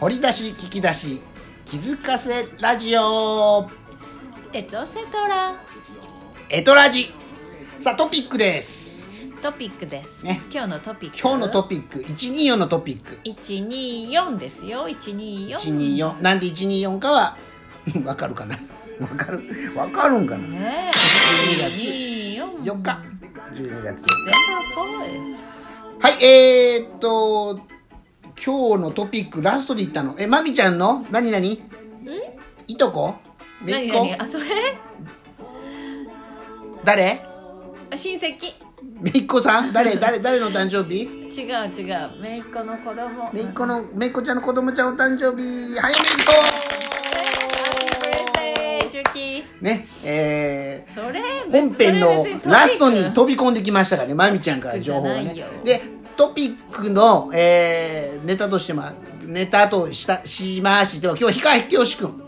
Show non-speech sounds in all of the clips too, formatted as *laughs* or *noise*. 掘り出し聞き出し気づかせラジオエトセトラエトラジさあトピックですトピックです、ね今日のトピック今日のトピック124のトピック124ですよ124 124なんで124かは *laughs* わかるかなわかるわかるんかなねえ124 4日12月はいえー、っと今日のトピックラストで言ったのえまみちゃんの何何いとこめ何っ子何あそれ *laughs* 誰あ親戚めいっ子さん誰誰誰の誕生日違う違う姪っ子の子供めいっハ子のめいっ子ちゃんの子供ちゃんお誕生日はいッピーブレスデーシュキおめでとうねえーそれ本編のそれ別ラストにト飛び込んできましたからねまみちゃんから情報がじゃねないよでトピックの、えーネタとしてまあネタとしたしましては今日は氷川きよし君ピック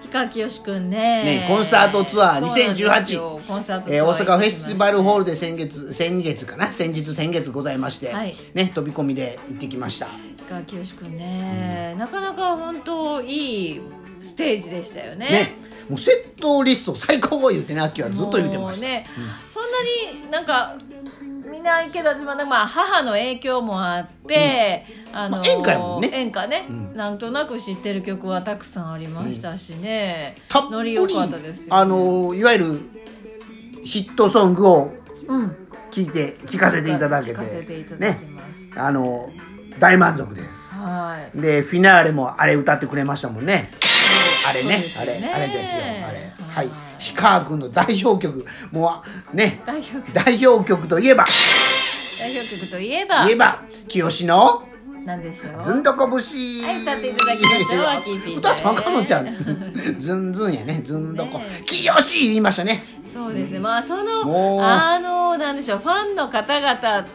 ヒカキヨシくんねねコンサートツアーそうなんですよ2018コンサートツアーえー大阪フェスティバルホールルで先月先月かな先日先月ございまして、はいね飛び込みで行ってきましたがきよしくんね、なかなか本当いいステージでしたよねねもうセットリスト最高言うてね秋はずっと言うてました、もうね、そんなになんかみんな行けた自慢で、まあ、母の影響もあって、あまあ演歌やもんね演歌ね、んなんとなく知ってる曲はたくさんありましたしね、たっぷノリり良かったですよ、あのいわゆるヒットソングをうん聞いて聞かせていただけて聞かせていただきましね、あの大満足ですはいでフィナーレもあれ歌ってくれましたもんねあれねそうですよねあれあれですよあれはいはい氷川君の代表曲もうね代表曲代代表曲といえば表曲といえば言えば清のなんでしょうずんどこ節はい歌っていただきましょういやキーピーちゃ歌んったんかのちゃんずんずんやねずんどこね清言いましたねそうですね、まあそのもうあのなんでしょうファンの方々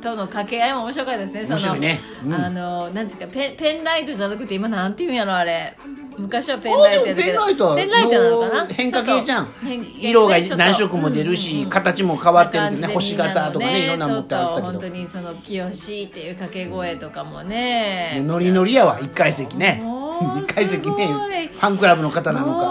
との掛け合いも面白かったですねその面白いねうんあのなんですかペンペンライトじゃなくて今なんていうんやろあれ昔はペンライトやったけどあでもペンライトペンライトなのかもなう変化系じゃちんょっと変形ね色がちょっと何色も出るうんうんしうん形も変わってるんでなね感星じでみなの型とかねいろんなもんってあちょっっとた本当けどにその「清し」っていう掛け声とかもねノリノリやわ一階席ねもう一階席ねすごいファンクラブの方なのかもう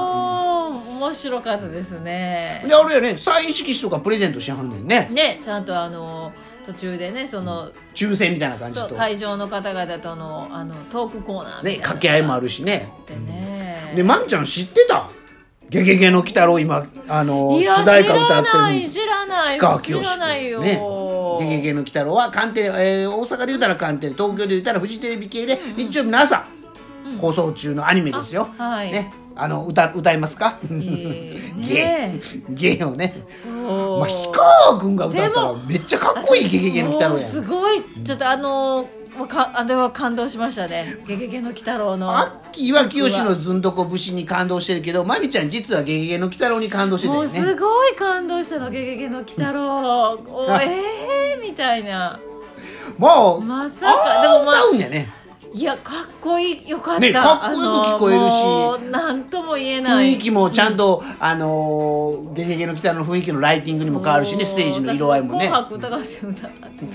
面白かったですねであれやねサイン色紙とかプレゼントしはんねんねねちゃんとあの途中でねその、抽選みたいな感じそとう会場の方々とのあのトークコーナーみたいねな掛け合いもあるしねってね、でまんちゃん知ってた「ゲゲゲの鬼太郎」今あのいや主題歌歌って知らなるい知らな氷い川きよ知しらないよ、ねゲゲゲの鬼太郎は官テレ、えー大阪で言うたら官テレ東京で言うたらフジテレビ系で日曜日の朝、放送中のアニメですよ、あはいねあの歌歌いますか、えーゲねゲをねそう、まあ氷川君が歌ったらでめっちゃかっこいい「ゲゲゲの鬼太郎」もうやすんごいちょっとあのわかあれは感動しましたね「ゲゲゲの鬼太郎の」アッキーは清のずんどこ節に感動してるけどまみちゃん実は「ゲゲゲの鬼太郎」に感動してたもようねすごい感動したの「ゲゲゲの鬼太郎」おあえーみたいなもうまさあかーでもまあ歌うんやねいやかっこいいよかった、ねかっこよく聞こえるし何とも言えな雰い囲気もちゃんと、あのーゲゲゲの鬼太郎の雰囲気のライティングにも変わるしねステージの色合いもねそう紅白歌合戦歌がね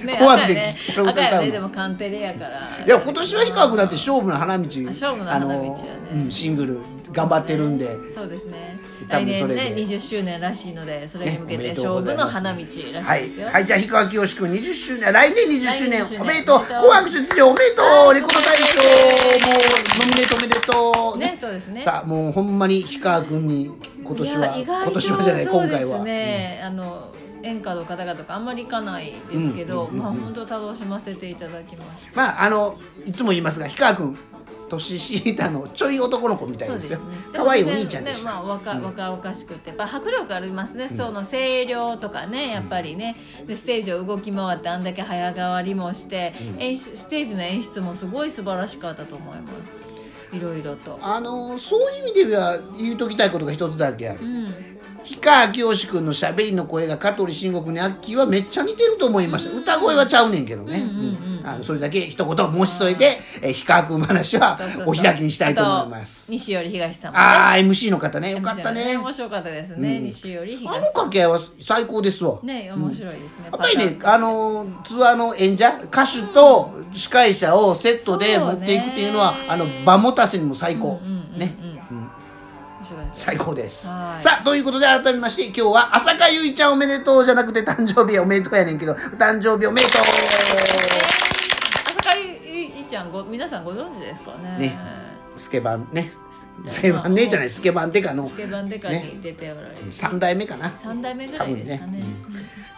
*laughs* 紅白で赤やね赤や紅白でねでもカンテレやからいや今年は氷川君だって勝負の花道勝負の花道やねあのうん、シングル頑張ってるんで、そうですね多来分そ年れでね20周年らしいのでそれに向けねおめてでとうござい勝負ますの花道らしいはい、ですよ、はい、じゃあ氷川きよし君20周年来年20周年来年20周年おめでとうおめでとう紅白出場おめでとはういレコード大賞もうノミネートおめでとうねそうですねさあもうほんまに氷川君に今い年やは意外今と年はじゃないそ今うで回すは、ね、あの演歌の方々とかあんまり行かないですけど、まあ本当楽しませていただきましたまああのいつも言いますが氷川君年下のちょい男の子みたいですよ可愛、いお兄ちゃんでした、ねまあ、若若々しくてやっぱ迫力ありますね、その声量とかねやっぱりねでステージを動き回ってあんだけ早変わりもして、演出ステージの演出もすごい素晴らしかったと思いますいろいろと。あのそういう意味では言うときたいことが一つだけあるうん、氷川きよし君のしゃべりの声が香取慎吾君にアッキーはめっちゃ似てると思いました、歌声はちゃうねんけどね、うんうんうんあのそれだけ一言申し添えて、えー、比較話はそうそうそうお開きにしたいと思いまあとす。西寄り東さんもねああ、MC の方ね、よかったね。面白かったですね、西寄りあの東さ掛け合いは最高ですわ。んね面白いですね、やっぱりね、パターンあのツアーの演者、歌手と司会者をセットで持っていくっていうのは、そうねあの場持たせにも最高、ね、面白かったです最高です。はいさあということで改めまして、今日は浅香唯ちゃんおめでとうじゃなくて誕生日おめでとうやねんけど、誕生日おめでと浅香ゆいちゃんご皆さんご存知ですかねねう。スケバンね、スケバンねじゃない、スケバンデカのスケバンデカに出ておられる、三代目かな。三代目ぐらいですかね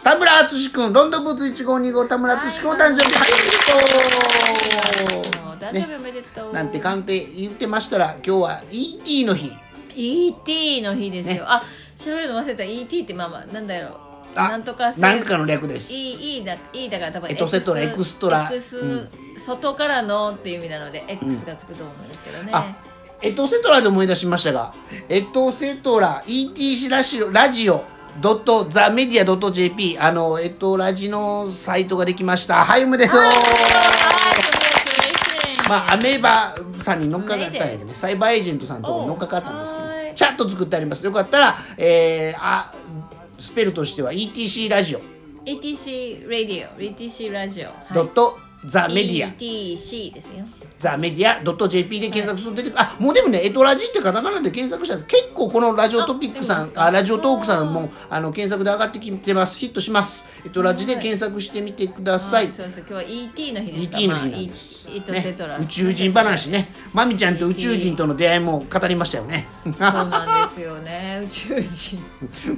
多田村淳君、ロンドンブーツ1号2号田村淳君お誕生日おめでとうもう誕生日おめでとう、なんて鑑定言ってましたら今日は ET の日 ET の日ですよ、ねあ白いの忘れた ET ってまあまあなんだろうあなんとかせなんとかの略です E, e, だ e だから多分エトセトラ X エクストラ X うん外からのっていう意味なので X がつくと思うんですけどね、あエトセトラで思い出しましたがエトセトラ ET ラジオラジオドットザメディアドット JP あのエトラジのサイトができましたはいおめでとうまあ、アメーバさんに乗っかかったんやけどね、サイバーエージェントさんのとこに乗っかかったんですけどおうはーねい、チャット作ってあります。よかったら、えー、あ、スペルとしては ETC ラジオ ETC ラジオ ETC ラジオドットザメディア ETC ですよザ・メディア .jp で検索すると出てくる、あもうでもね「エトラジ」ってカタカナで検索したら結構このラジオトピックさあん出ますかあラジオトークさんもあの検索で上がってきてますヒットします「エトラジ」で検索してみてください、そうです今日は ET の日ですから ET の日なんです、まあ E- とセねトラ、宇宙人話ねまみちゃんと宇宙人との出会いも語りましたよね *laughs* そうなんですよね宇宙人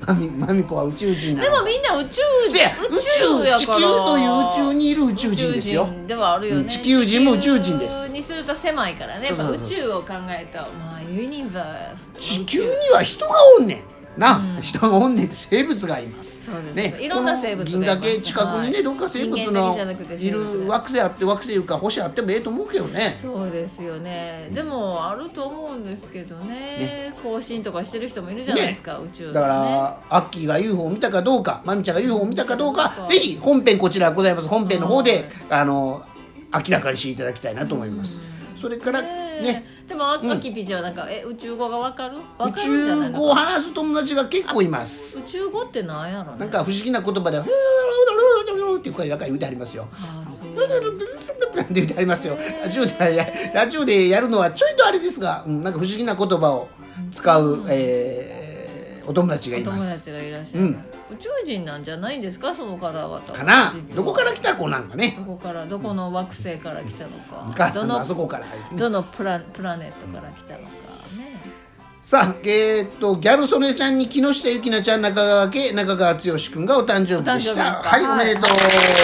まみまみ子は宇宙人なでのもみんな宇宙せや宇宙やから宇宙地球という宇宙にいる宇宙人ですよ宇宙人ではあるよね、うん地球人も宇宙人です地球にすると狭いからねやそっうそうぱそう宇宙を考えるとまあユニバース地球には人がおんねんな、人がおんねんって生物がいますそうですね、いろんな生物この銀河系近くにね、はいどっか生物人間だのけじゃなくてい生物がる惑星あって惑星いうか星あってもええと思うけどねそうですよねでもあると思うんですけどね更新とかしてる人もいるじゃないですか、宇宙のねだから、アッキーが UFO を見たかどうかまみちゃんが UFO を見たかどうか、うんぜひ本編こちらございます本編の方で、はいあの明らかにしていただきたいなと思います、それからねねでもあアキピーちゃんはなんか、え宇宙語がわかるわ宇かるんじゃない宙の語を話す友達が結構います宇宙語ってなんやろねなんか不思議な言葉で「ふーっていう声なんか言うてありますよああそう *laughs* って言ってありますよラジオでラジオでやるのはちょいとあれですが、うん、なんか不思議な言葉を使う、えーお友達がおいま友す達がいらっしゃいます、宇宙人なんじゃないんですかその方々はかな実どはこから来た子なんかねどこからどこの惑星から来たのかお母さどんののあそこからどのプラプラネットから来たのかねさあえーっとギャル曽根ちゃんに木下ゆきなちゃん中川家中川剛君がお誕生日でしお誕生日ですかたはいおはいめでとう、まあ、もう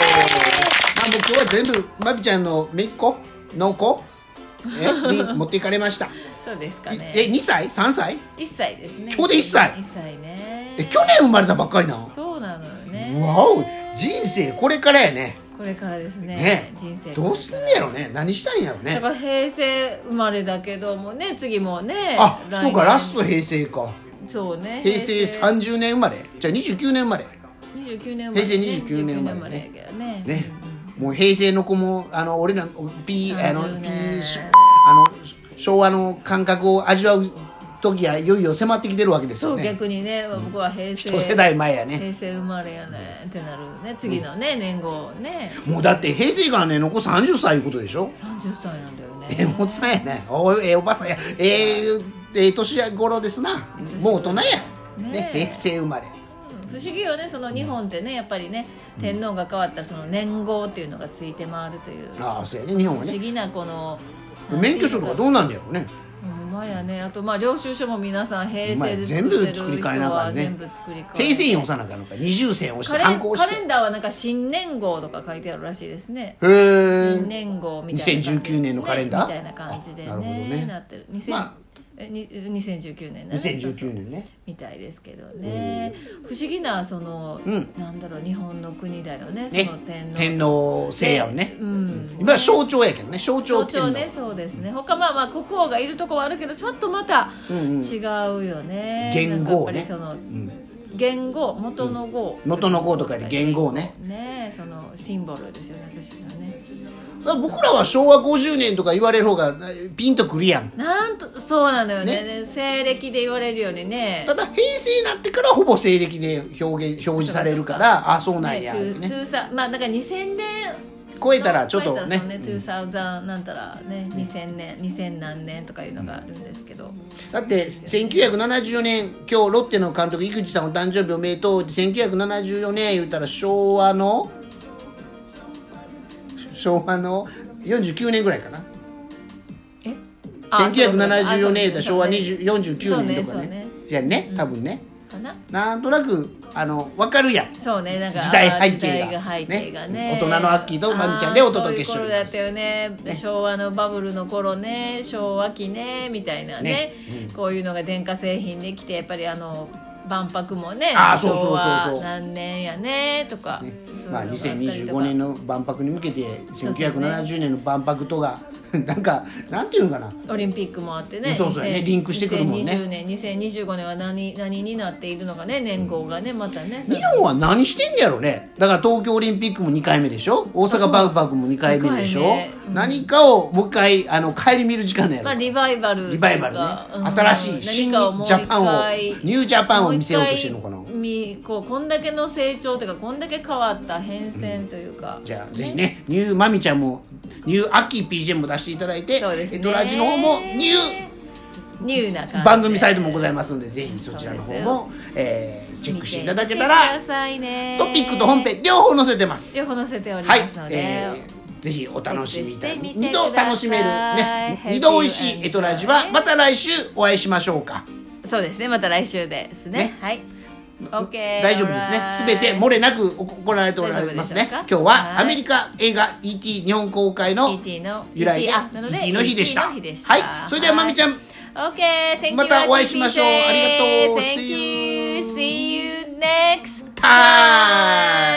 今日は全部まびちゃんのめいっ子の子えに持っていかれま *laughs* した、そうですかいねえ2歳3歳1歳ですねちょうど一歳一歳ねえ去年生まれたばっかりなのそうなのよねわお人生これからやねこれからですねね人生どうすんねやろね何したいんやろだねから平成生まれだけどもね次もねあ来年そうかラスト平成かそうね平成30年生まれじゃあ29年生まれ29年平成29年生まれねまれやけどねねうんもう平成の子もあの俺らピーあの30 P ねあの昭和の感覚を味わう時がいよいよ迫ってきてるわけですそよう、ね逆にね僕は平成一世代前やね平成生まれやねってなるね次のね年号ねもうだって平成がね残す30歳いうことでしょ30歳なんだよええねおっさんやねおええおばさんやええええ年頃ですなもう大人やねね平成生まれ不思議よねその日本ってねやっぱりね天皇が変わったらその年号っていうのがついて回るという不ああそうやね日本は思ね議なこの免許証とかうどうなんだろうねまやねあとまあ領収書も皆さん平成でほんま作やって全る人部作り替えなあかはんね全部作り替え定線印押さなあかんのか二重線押しカてレ反ン抗カしてレンダーはなんか新年号とか書いてあるらしいですねへえ新年号みたいな感じ2019年のカレンダーみたいな感じでねあなるほどねなってる2000、まあえに2019年だね2019年ねみたいですけどね不思議なその、うんなんだろう日本の国だよねそねの天皇天皇制やをねうん今は象徴やけどね象徴象天徴皇ねそうですね他まあまあ国王がいるとこはあるけどちょっとまたうんうん違うよね、元号ねなんかやっぱりその、言語元の語、元の語とかで言語ねねえそのシンボルですよね私たちのねだから僕らは昭和50年とか言われる方がえピンとくるやんなんとそうなのよね西暦で言われるようにねただ平成になってからほぼ西暦で表現表示されるからあそうなんねやトってゥねトゥーサまあなんか2000年超えたらちょっと書いたらねそうねトゥーサウザンなんたらね2000年2000何年とかいうのがあるんですけど、だって1974年今日ロッテの監督井口さんお誕生日おめでとうって1974年言うたら昭和の昭和の49年ぐらいかなえあそうそうそうあそ1974う年言うたら昭和そうね20 49年とかそうねそうねねじゃあね多分ね、かななんとなくあの分かるやんそうねなんか時代背景が時代背景がねね大人のアッキーとまみちゃんでお届けしておりますあーそういう頃だったよね昭和のバブルの頃ね昭和期ねみたいなねねこういうのが電化製品できてやっぱりあの万博もねあーそうそうそうそう昭和何年やねとか、ねそうまあ、いうのが2025あったり年とかの万博に向けてそうそうね1970年の万博とがなんか *laughs* なんていうのかなオリンピックもあってねそうそうね2000リンクしてくるもんね2020年2025年は何何になっているのかね年号がねまたね日本は何してんねやろねだから東京オリンピックも2回目でしょ大阪万博も2回目でしょ二回目うん何かをもう一回あの帰り見る時間なんやろ、まあ、リバイバルというリかバイバルね、うん新しい新ジ何かをもう一ャパンを回ニュージャパンを見せようとしてるのかなもう一回みこうこんだけの成長というかこんだけ変わった変遷というか、じゃあぜひねニューマミちゃんもニューアッキー PGM も出していただいてそうですねエトラジの方もニューニューな感じ番組サイトもございまますのでぜひそちらのそう方ですもよ、えーチェックしていただけたらくださいねトピックと本編両方載せてます。両方載せておりはいますの、で、えー、ぜひお楽しみいただチェックしてみ二てくださ度い楽しめるね Happy 二度美味しいエトラジは Enjoy また来週お会いしましょうか。そうですねまた来週ですねねはい OK 大丈夫ですね。すべて漏れなく行われておられますね。大今日丈夫でしょうかははいアメリカ映画 E.T. 日本公開の ET の由来で ET あなので ET の日でした ET の日でしたはい。それではまみちゃん、 OK thank you またお会いしましょう RTP ありがとう thank you see you next Time